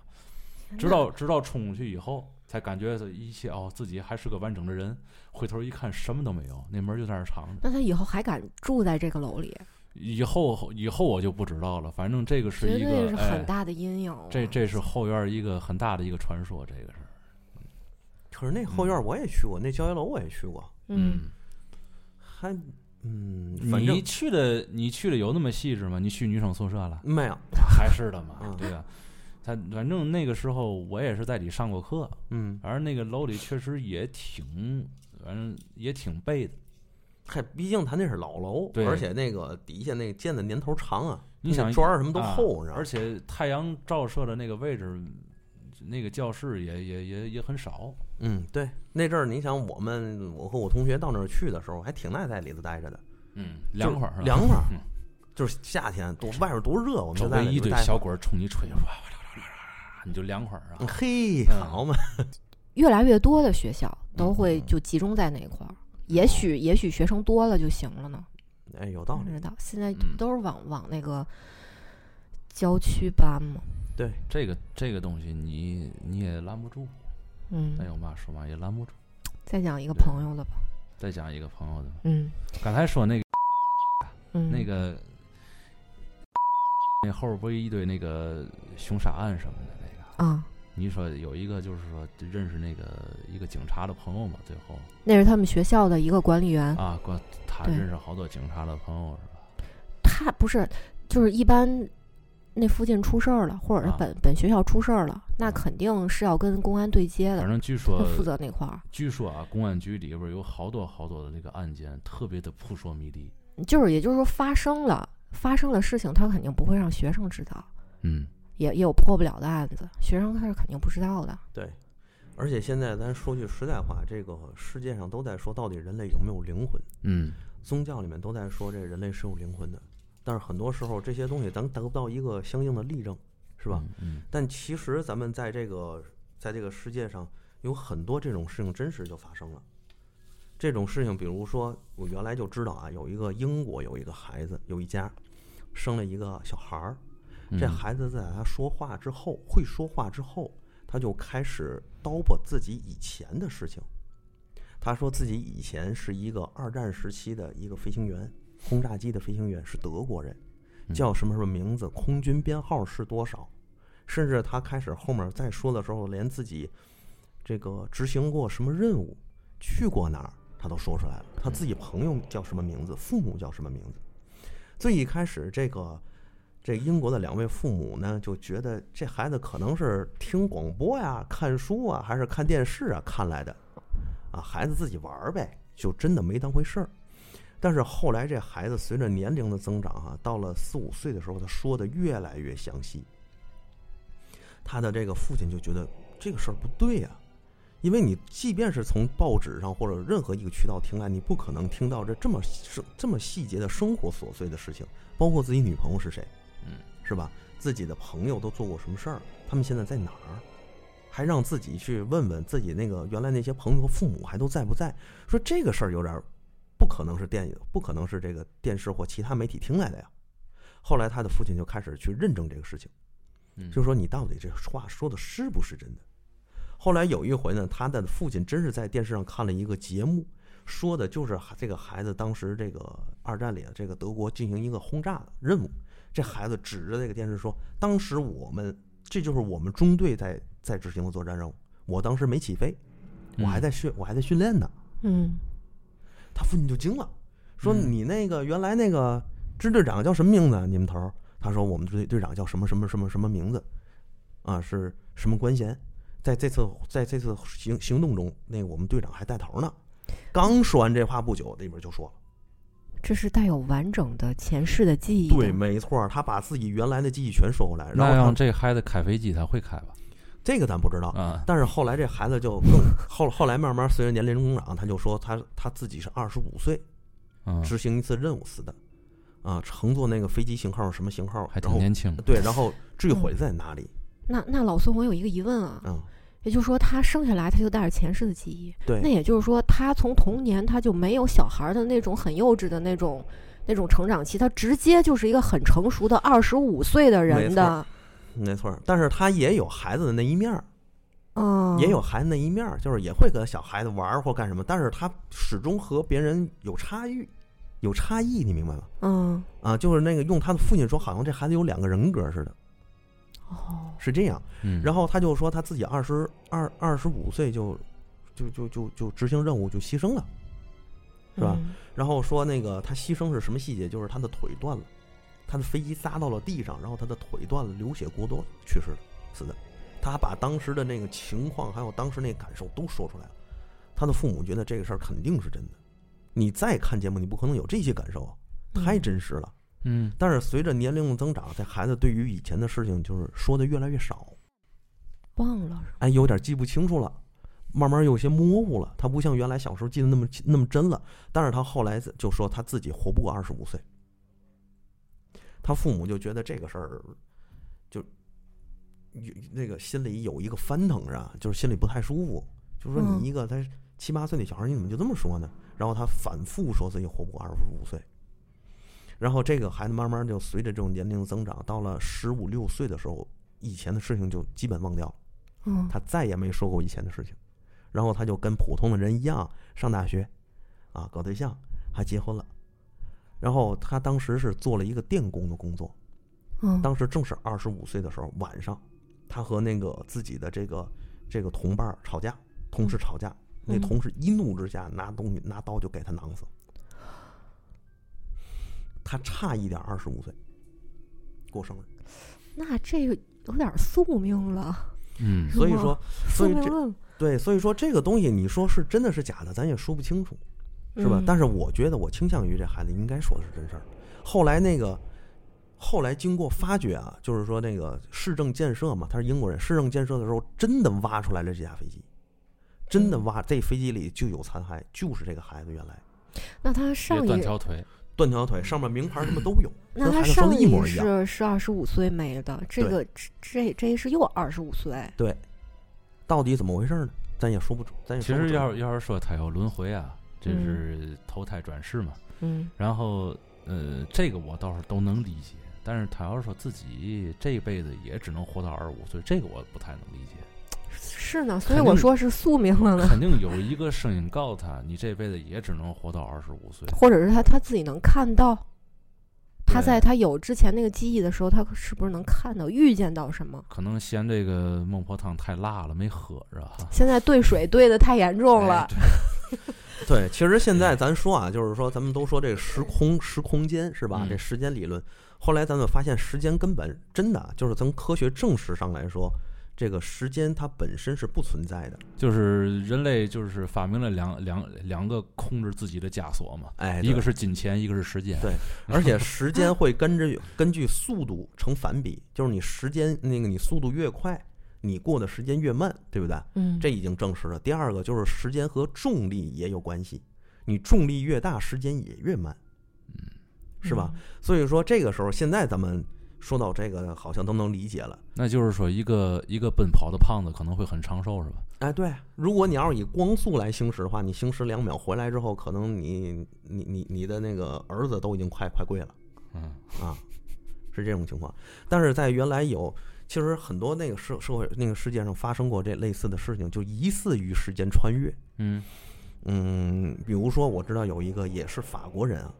嗯直到直到冲出去以后，才感觉一切哦，自己还是个完整的人。回头一看，什么都没有，那门就在那儿藏着。那他以后还敢住在这个楼里，以后以后我就不知道了，反正这个是绝一对个是哎很，大的阴影啊。这这是后院儿一个很大的一个传说，这个是可是那后院我也去过，那教学楼我也去过，嗯，还嗯，反正？你去的你去的有那么细致吗？你去女生宿舍了 没有，还是的嘛嗯，对吧？他反正那个时候我也是在里上过课，嗯，而那个楼里确实也挺，反正也挺背的。嗨，毕竟他那是老楼，对而且那个底下那建的年头长啊，你想那砖儿什么都啊厚着，而且太阳照射的那个位置，那个教室也也也也很少。嗯，对，那阵儿你想我们我和我同学到那儿去的时候，还挺耐在里头待着的，嗯，凉快儿是吧？凉快儿嗯，就是夏天多外边多热，我们周就在围里一头堆待着小鬼儿冲你吹，哇哇啦啦啦啦啦，你就凉快儿啊。嘿，嗯好嘛，越来越多的学校都会嗯哦就集中在那一块儿。也许也许学生多了就行了呢，哎，有道不理，知道。现在嗯都是往往那个郊区搬嘛。对，这个这个东西你你也拦不住，嗯咱，有嘛说嘛也拦不住。再讲一个哎对朋友的吧。再讲一个朋友的吧，嗯刚才说那个嗯，那个，那后边不是一堆那个凶杀案什么的那个，啊，你说有一个就是说认识那个一个警察的朋友嘛，最后那是他们学校的一个管理员，啊，关他嗯对嗯认识好多警察的朋友啊是吧？他不是就是一般那附近出事儿了，或者是啊本、本学校出事儿了，那啊肯定是要跟公安对接的反，正据他说负责那块儿。据说啊，公安局里边有好多好多的这个案件，特别的扑朔迷离。就是也就是说发生了发生了事情，他肯定不会让学生知道，嗯，也也有破不了的案子，学生他是肯定不知道的。而且现在咱说句实在话，这个世界上都在说到底人类有没有灵魂，嗯宗教里面都在说这人类是有灵魂的，但是很多时候这些东西咱得不到一个相应的例证，是吧？？嗯但其实咱们在这个在这个世界上有很多这种事情真实就发生了。这种事情，比如说我原来就知道啊，有一个英国有一个孩子，有一家生了一个小孩儿，嗯这孩子在他说话之后，会说话之后，他就开始叨吧自己以前的事情。他说自己以前是一个二战时期的一个飞行员，轰炸机的飞行员是德国人，嗯叫什么什么名字，空军编号是多少，甚至他开始后面再说的时候，连自己这个执行过什么任务，去过哪儿，他都说出来了。他自己朋友叫什么名字，父母叫什么名字。最一开始，这个这英国的两位父母呢，就觉得这孩子可能是听广播呀、看书啊，还是看电视啊看来的，啊，孩子自己玩儿呗，就真的没当回事儿。但是后来，这孩子随着年龄的增长、啊，哈，到了四五岁的时候，他说的越来越详细。他的这个父亲就觉得这个事儿不对呀、因为你即便是从报纸上或者任何一个渠道听来，你不可能听到这这么生这么细节的生活琐碎的事情，包括自己女朋友是谁，嗯，是吧？自己的朋友都做过什么事儿，他们现在在哪儿？还让自己去问问自己那个原来那些朋友和父母还都在不在？说这个事儿有点儿不可能是电影，不可能是这个电视或其他媒体听来的呀。后来他的父亲就开始去认证这个事情。嗯就说你到底这话说的是不是真的？后来有一回呢，他的父亲真是在电视上看了一个节目，说的就是这个孩子当时这个二战里的这个德国进行一个轰炸的任务，这孩子指着这个电视说，当时我们这就是我们中队在在执行的作战任务，我当时没起飞，我嗯还在训我还在训练呢。嗯他父亲就惊了，说嗯你那个原来那个支队长叫什么名字啊？你们头儿？他说我们队队长叫什么什么什么什么名字，啊，是什么官衔？在这次在这次行行动中，那个我们队长还带头呢。刚说完这话不久，那边就说了，这是带有完整的前世的记忆的。对，没错儿，他把自己原来的记忆全说回来，然那后让他这孩子开飞机，他会开吧？这个咱不知道，啊，但是后来这孩子就更后后来慢慢随着年龄增长，他就说他他自己是二十五岁嗯，执行一次任务死的，啊，乘坐那个飞机型号是什么型号？还然挺后年轻的。对，然后坠毁在哪里？那那老孙，我有一个疑问啊，嗯，也就是说他生下来他就带着前世的记忆，那对，也就是说他从童年他就没有小孩儿的那种很幼稚的那种那种成长期，他直接就是一个很成熟的二十五岁的没人错的，没错儿。但是他也有孩子的那一面儿，嗯，也有孩子那一面儿，就是也会跟小孩子玩儿或干什么，但是他始终和别人有差异，有差异，你明白吗？嗯啊，就是那个用他的父亲说，好像这孩子有两个人格似的，哦，是这样。嗯，然后他就说他自己二十二二十五岁就就就就就执行任务就牺牲了，是吧嗯？然后说那个他牺牲是什么细节？就是他的腿断了，他的飞机砸到了地上，然后他的腿断了，流血过多去世的，死的。他把当时的那个情况还有当时那感受都说出来了。他的父母觉得这个事儿肯定是真的。你再看节目，你不可能有这些感受啊，太真实了。嗯但是随着年龄的增长，这孩子对于以前的事情就是说的越来越少，嗯忘了，哎，有点记不清楚了，慢慢有些模糊了。他不像原来小时候记得那么清那么真了。但是他后来就说他自己活不过二十五岁，他父母就觉得这个事儿就有那个心里有一个翻腾啊，就是心里不太舒服，就说嗯你一个才七八岁的小孩儿，你怎么就这么说呢？然后他反复说自己活不过二十五岁。然后这个孩子慢慢就随着这种年龄增长，到了十五六岁的时候，以前的事情就基本忘掉了。嗯他再也没说过以前的事情。然后他就跟普通的人一样上大学，啊，搞对象，还结婚了。然后他当时是做了一个电工的工作，嗯，当时正是二十五岁的时候，晚上，他和那个自己的这个这个同伴儿吵架，同事吵架，那嗯同事一怒之下拿东西拿刀就给他囊死。他差一点二十五岁过生日，那这个有点宿命了，嗯所以哇 说，宿 所以命这论对，所以说这个东西你说是真的是假的，咱也说不清楚，是吧？嗯但是我觉得我倾向于这孩子应该说的是真事儿。后来那个，后来经过发掘啊，就是说那个市政建设嘛，他是英国人，市政建设的时候真的挖出来了这架飞机，真嗯的挖这飞机里就有残骸，就是这个孩子原来那他别上断一条腿，断条腿，上面名牌什么都有，那跟他孩子生上的一模一样。世是二十五岁没的，这对个这这这是又二十五岁，到底怎么回事呢？咱也说不准，咱也其说不实准要是要是说他要轮回啊，这嗯是投胎转世嘛。嗯然后呃，这个我倒是都能理解，但是他要是说自己这辈子也只能活到二十五岁，这个我不太能理 解。是呢，所以肯我定说是宿命了呢，肯定有一个声音告诉他，你这辈子也只能活到二十五岁。 或者是他他自己能看到，他对在他有之前那个记忆的时候，他是不是能看到遇见到什么？可能嫌这个孟婆汤太辣了，没喝着哈。现在兑水兑的太严重哎了，对，其实现在嗯咱说啊，就是说咱们都说这个时空时空间是吧？嗯这时间理论，后来咱们发现时间根本真的啊就是从科学证实上来说，这个时间它本身是不存在的。就是人类就是发明了两两两个控制自己的枷锁嘛，哎，一个对是金钱，一个是时间。对而且时间会跟着根据速度成反比，就是你时间那个你速度越快，你过的时间越慢，对不对？嗯，这已经证实了。第二个就是时间和重力也有关系，你重力越大，时间也越慢，是吧？所以说这个时候，现在咱们说到这个，好像都能理解了。 那就是说，一个一个奔跑的胖子可能会很长寿，是吧？哎，对，如果你要是以光速来行驶的话，你行驶两秒回来之后，可能你你你你的那个儿子都已经快快跪了。嗯，啊，是这种情况。但是在原来有，其实很多那个社社会那个世界上发生过这类似的事情，就疑似于时间穿越。嗯，嗯，比如说我知道有一个也是法国人啊，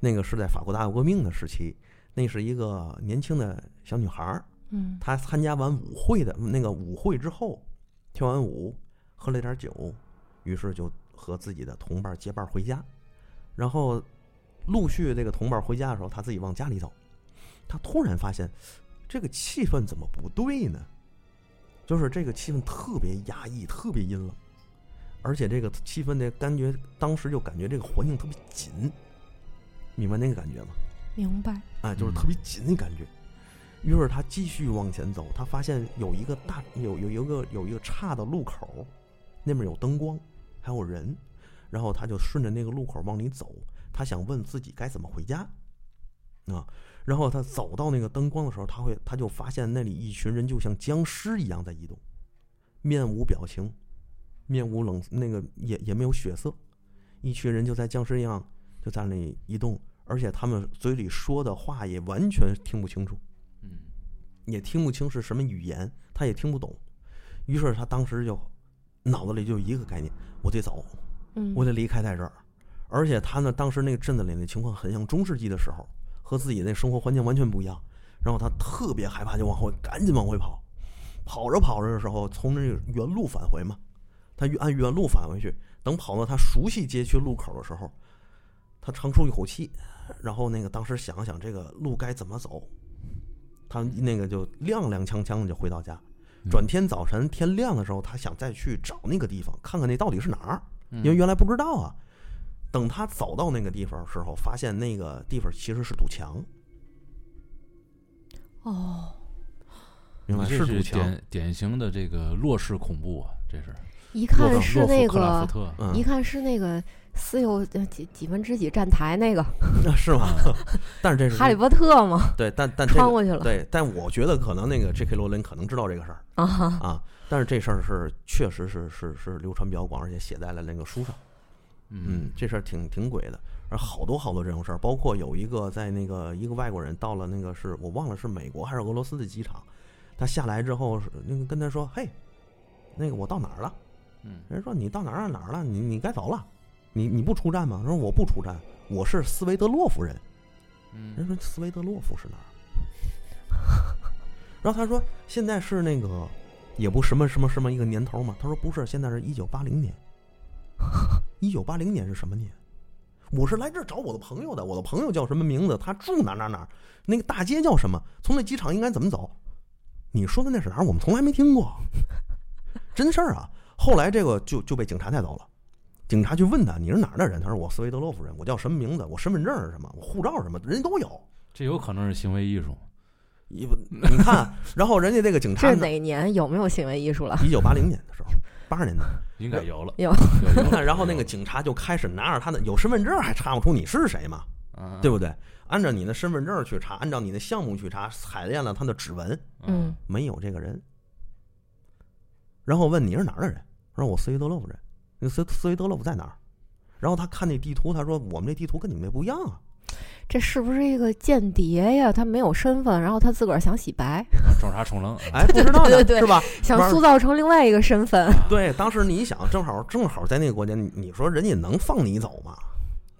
那个是在法国大革命的时期，那是一个年轻的小女孩儿，嗯她参加完舞会的那个舞会之后，跳完舞喝了点酒，于是就和自己的同伴结伴回家，然后陆续这个同伴回家的时候，他自己往家里走，他突然发现这个气氛怎么不对呢？就是这个气氛特别压抑，特别阴冷，而且这个气氛的感觉，当时就感觉这个环境特别紧，明白那个感觉吗？明白，哎，就是嗯特别紧的感觉。于是他继续往前走，他发现有一个大有有有一个有一个岔的路口，那边有灯光，还有人，然后他就顺着那个路口往里走，他想问自己该怎么回家，啊，然后他走到那个灯光的时候，他会他就发现那里一群人就像僵尸一样在移动，面无表情，面无冷那个也也没有血色，一群人就在僵尸一样就在那里移动，而且他们嘴里说的话也完全听不清楚，嗯，也听不清是什么语言，他也听不懂。于是他当时就脑子里就一个概念：我得走，嗯，我得离开在这儿。而且他呢，当时那个镇子里的情况很像中世纪的时候，和自己那生活环境完全不一样。然后他特别害怕，就往回赶紧往回跑。跑着跑着的时候，从那个原路返回嘛，他越按原路返回去。等跑到他熟悉街区路口的时候，他长出一口气，然后那个当时想了想这个路该怎么走，他那个就踉踉跄跄的就回到家。嗯转天早晨天亮的时候，他想再去找那个地方，看看那到底是哪儿。因因为原来不知道啊。等他走到那个地方的时候，发现那个地方其实是堵墙，哦，明白嗯这堵是墙。典典型的这个弱势恐怖啊，这是一洛看夫是洛夫那克拉个夫，特，嗯一，看是那个私有呃几几分之几站台那个是吗？啊但是这是哈利波特嘛，对，但但这穿个过去了对，但我觉得可能那个 J.K. 罗琳可能知道这个事儿啊，啊，但是这事儿是确实是是是流传比较广，而且写在了那个书上。嗯，这事儿挺挺鬼的。而好多好多这种事儿，包括有一个在那个一个外国人到了那个是我忘了是美国还是俄罗斯的机场，他下来之后是那个跟他说：“嘿，那个我到哪儿了？”嗯人说你到哪儿了哪儿了，你你该走了，你你不出站吗？他说我不出站，我是斯维德洛夫人。人嗯，说斯维德洛夫是哪儿？然后他说现在是那个也不什么什么什么一个年头嘛。他说不是，现在是一九八零年。一九八零年是什么年？我是来这儿找我的朋友的，我的朋友叫什么名字？他住哪儿哪儿哪儿？那个大街叫什么？从那机场应该怎么走？你说的那是哪儿？我们从来没听过，真事儿啊！后来这个就就被警察带走了。警察去问他：“你是哪儿的人？”他说：“我斯维德洛夫人，我叫什么名字？我身份证是什么？我护照是什么？人家都有。这有可能是行为艺术。 你不，你看，然后人家这个警这察是哪年有没有行为艺术了？一九八零年的时候，八十年代。应该有了，有有了那 然后那个警察就开始拿着他的有身份证，还查不出你是谁嘛，啊对不对？按照你的身份证去查，按照你的项目去查，采验了他的指纹，嗯，没有这个人。然后问你是哪儿的人，然后我斯维德洛夫人，那斯斯维德洛夫在哪儿？然后他看那地图，他说我们这地图跟你们这不一样啊，这是不是一个间谍呀？他没有身份，然后他自个儿想洗白，装啥充愣？哎，不知道对对呢，对是吧？想玩儿塑造成另外一个身份。对，当时你想，正好正好在那个国家，你你说人家能放你走吗？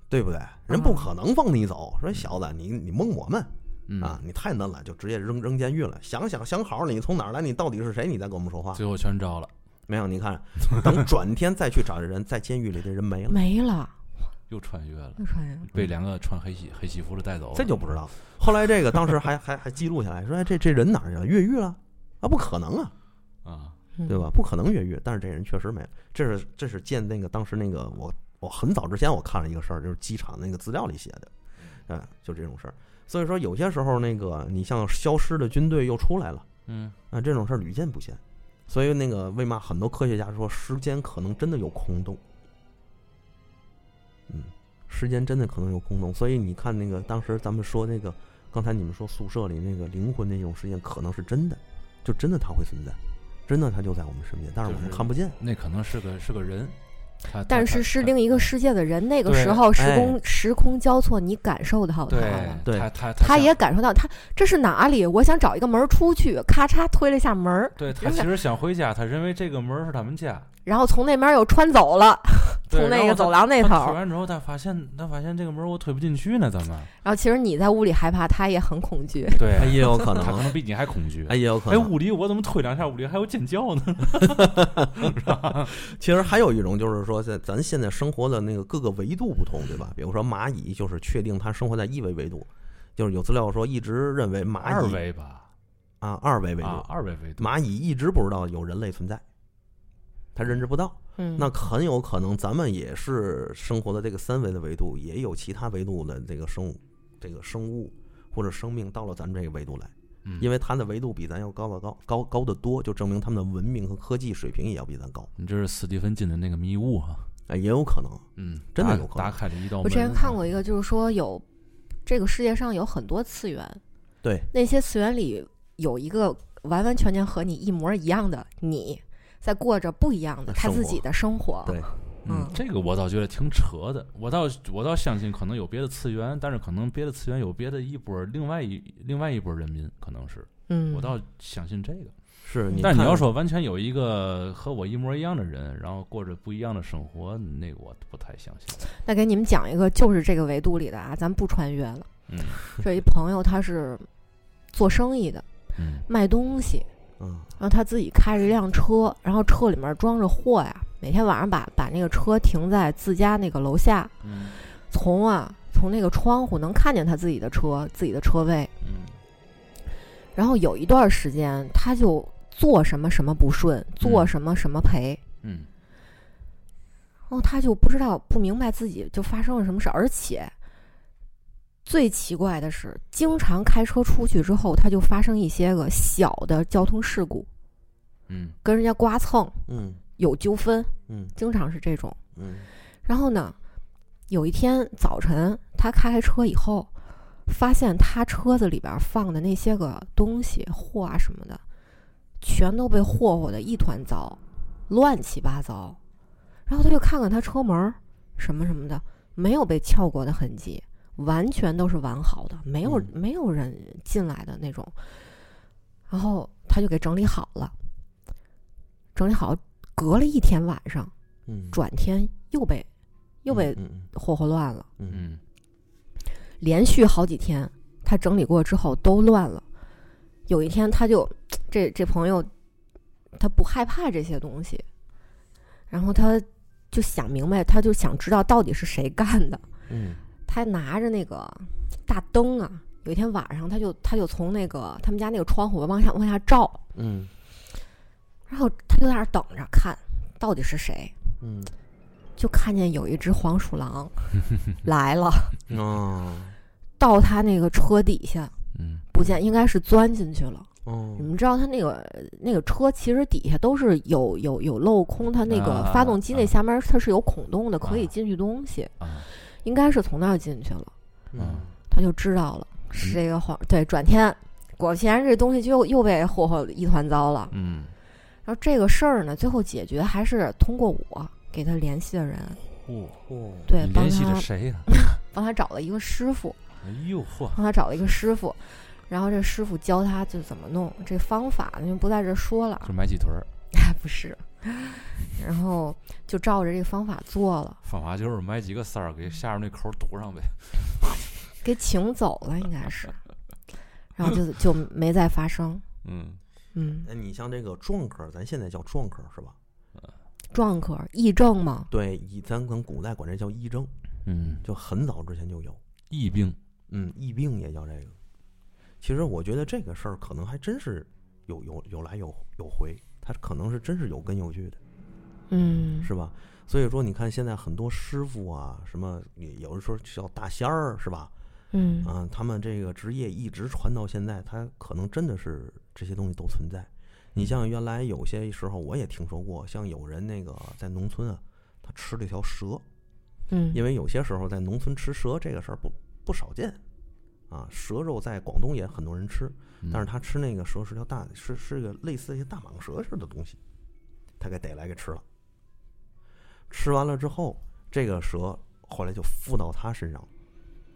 对不对？人不可能放你走。说小子，你你蒙我们，嗯啊，，你太嫩了，就直接扔扔监狱了。想想想好，你从哪儿来，你到底是谁，你再跟我们说话。最后全招了，没有，你看，等转天再去找这人，在监狱里的人没了，没了，又穿越了，又穿越了。被两个穿黑西黑西服的带走了，这就不知道。后来这个当时还还还记录下来，说哎这这人哪儿去了？越狱了？啊，不可能啊，啊，嗯对吧？不可能越狱。但是这人确实没了。这是这是见那个当时那个我我很早之前我看了一个事儿，就是机场那个资料里写的，嗯，就这种事儿。所以说有些时候那个你像消失的军队又出来了。嗯，啊，这种事儿屡见不鲜。所以那个为嘛很多科学家说时间可能真的有空洞？嗯，时间真的可能有空洞。所以你看那个当时咱们说那个，刚才你们说宿舍里那个灵魂那种事件，可能是真的，就真的它会存在，真的它就在我们身边，但是我们就是看不见。那可能是个是个人，他他但他是是他另一个世界的人，那个对时候时哎空、时空交错，你感受到他了对。对他他他想也感受到他这是哪里？我想找一个门儿出去，咔嚓推了一下门儿，对他人其家实想回家，他认为这个门儿是他们家，然后从那边又穿走了，对从然那后个他走廊那头他儿推。完之后，他发现他发现这个门儿我推不进去呢，怎么？然后其实你在屋里害怕，他也很恐惧。对哎哎，也有可 他可能，能比你还恐惧。哎，也有可哎，能。屋里我怎么推两下，屋里还有尖叫呢？其实还有一种就是说，在咱现在生活的那个各个维度不同，对吧？比如说蚂蚁，就是确定它生活在一维维度，就是有资料说一直认为蚂蚁二维吧，啊，二维维度。啊，二维维度，蚂蚁一直不知道有人类存在，它认知不到。嗯，那很有可能咱们也是生活的这个三维的维度，也有其他维度的这个生物、这个生物或者生命到了咱们这个维度来，嗯因为它的维度比咱要高得高高高得多，就证明他们的文明和科技水平也要比咱高。你这是斯蒂芬金的那个迷雾哈，哎，也有可能，嗯，真的打有可能打开了一道门。嗯我之前看过一个，就是说有这个世界上有很多次元，对，那些次元里有一个完完全全和你一模一样的你，在过着不一样的的他生自活己的生活。对嗯嗯，这个我倒觉得挺扯的。我倒我倒相信，可能有别的次元，但是可能别的次元有别的一波儿，另外一另外一波儿人民，可能是嗯，我倒相信这个。是你。但是你要，说完全有一个和我一模一样的人，然后过着不一样的生活，那个我不太相信。那给你们讲一个，就是这个维度里的啊，咱不穿越 了。嗯这一朋友他是做生意的， 嗯卖东西，嗯，然后他自己开着一辆车，然后车里面装着货呀，每天晚上把把那个车停在自家那个楼下，嗯从啊从那个窗户能看见他自己的车，自己的车位。嗯然后有一段时间，他就做什么什么不顺，做什么什么赔，嗯然后他就不知道不明白自己就发生了什么事，而且最奇怪的是，经常开车出去之后，他就发生一些个小的交通事故，嗯跟人家刮蹭嗯有纠纷，嗯经常是这种。嗯然后呢，有一天早晨，他开开车以后，发现他车子里边放的那些个东西、货啊什么的，全都被霍霍的一团糟，乱七八糟。然后他就看看他车门儿什么什么的，没有被撬过的痕迹，完全都是完好的，没有、嗯没有人进来的那种。然后他就给整理好了，整理好，隔了一天晚上，嗯，转天又被又被嗯嗯霍霍乱了，嗯嗯嗯连续好几天，他整理过之后都乱了。有一天，他就这这朋友，他不害怕这些东西，然后他就想明白，他就想知道到底是谁干的。嗯他拿着那个大灯啊，有一天晚上，他就他就从那个他们家那个窗户往下往下照，嗯然后他就在那儿等着看到底是谁，嗯就看见有一只黄鼠狼来了。嗯，哦，到他那个车底下嗯不见，应该是钻进去了。哦你，们知道它那个那个车其实底下都是有有有镂空，它那个啊发动机啊那下面它是有孔洞的，可以啊进去东西，啊，应该是从那儿进去了。嗯他就知道了是这个谎。对，转天果然这东西就又又被霍霍一团糟了。嗯，然后这个事儿呢，最后解决还是通过我给他联系的人，嚯，哦，对，帮联系着他谁呀？帮他找了一个师傅， 哎呦 嚯，帮他找了一个师傅。然后这师傅教他就怎么弄这方法呢，就不在这儿说了， 就买几屯儿，哎，不是。然后就照着这个方法做了，方法就是买几个塞儿给下面那口儿堵上呗。给请走了应该是，然后就就没再发生。嗯，嗯，那你像这个壮客，咱现在叫壮客是吧？撞客议政嘛，对，以咱咱古代管这叫医症，嗯，就很早之前就有，疫病，嗯，疫病也叫这个。其实我觉得这个事儿可能还真是有有有来有有回，它可能是真是有根有据的。嗯，是吧？所以说，你看现在很多师傅啊，什么也有人说叫大仙儿，是吧？嗯啊，他们这个职业一直传到现在，他可能真的是这些东西都存在。你像原来有些时候我也听说过，像有人那个在农村啊，他吃了一条蛇，嗯，因为有些时候在农村吃蛇这个事儿不不少见啊，蛇肉在广东也很多人吃，嗯但是他吃那个蛇是条大，是是个类似于大蟒蛇似的东西，他给逮来给吃了。吃完了之后，这个蛇后来就附到他身上了，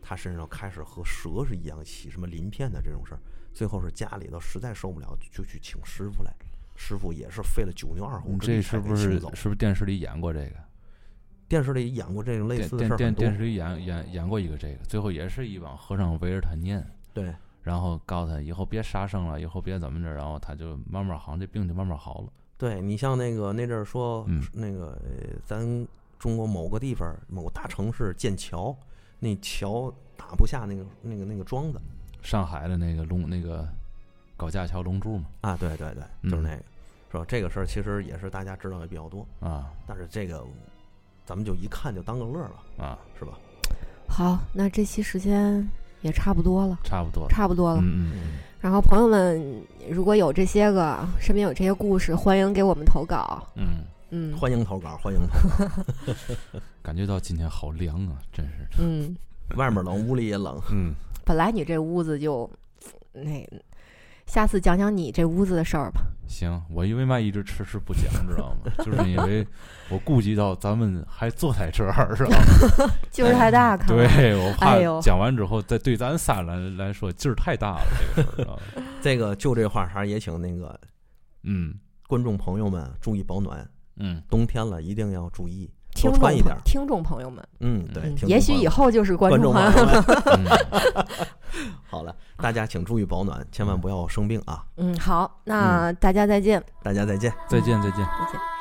他身上开始和蛇是一样起什么鳞片的这种事儿。最后是家里头实在受不了，就去请师傅来，师傅也是费了九牛二虎你之力嗯这是才给不是请走。是不是电视里演过这个？电视里演过这种类电似的事电儿电很多电，视里演演演过一个这个，最后也是一帮和尚围着他念，对，然后告诉他以后别杀生了，以后别怎么着，然后他就慢慢好像这病就慢慢好了。对你像那个那阵儿说，嗯那个呃咱中国某个地方某个大城市建桥，那桥打不下那个那个那个桩子上海的那个龙那个高架桥龙柱嘛，啊，对对对，就是嗯那个，是吧？这个事儿其实也是大家知道的比较多，啊但是这个咱们就一看就当个乐儿了，啊，是吧？好，那这期时间也差不多了，差不多了。差不多了。嗯嗯，嗯，然后朋友们，如果有这些个身边有这些故事，欢迎给我们投稿。嗯，嗯欢迎投稿，欢迎投感觉到今天好凉啊，真是。嗯，稿，外面冷，屋里也冷，嗯，本来你这屋子就那，下次讲讲你这屋子的事儿吧。 行，我因为嘛一直迟迟不讲，知道吗？就是因为我顾及到咱们还坐在这儿，是吧？劲儿太哎大，看来。对，我怕哎呦讲完之后，再对咱仨来来说劲儿太大了，这个事儿啊知道吗，这个就这话茬儿也请那个嗯观众朋友们注意保暖，嗯，冬天了一定要注意，听多众穿一朋点儿。听众朋友们，嗯，对，嗯听众也许朋友以后就是观观众众朋朋友友们。们。嗯好了，大家请注意保暖，千万不要生病啊！嗯，好，那大家再见，大家再见。再见再见。再见。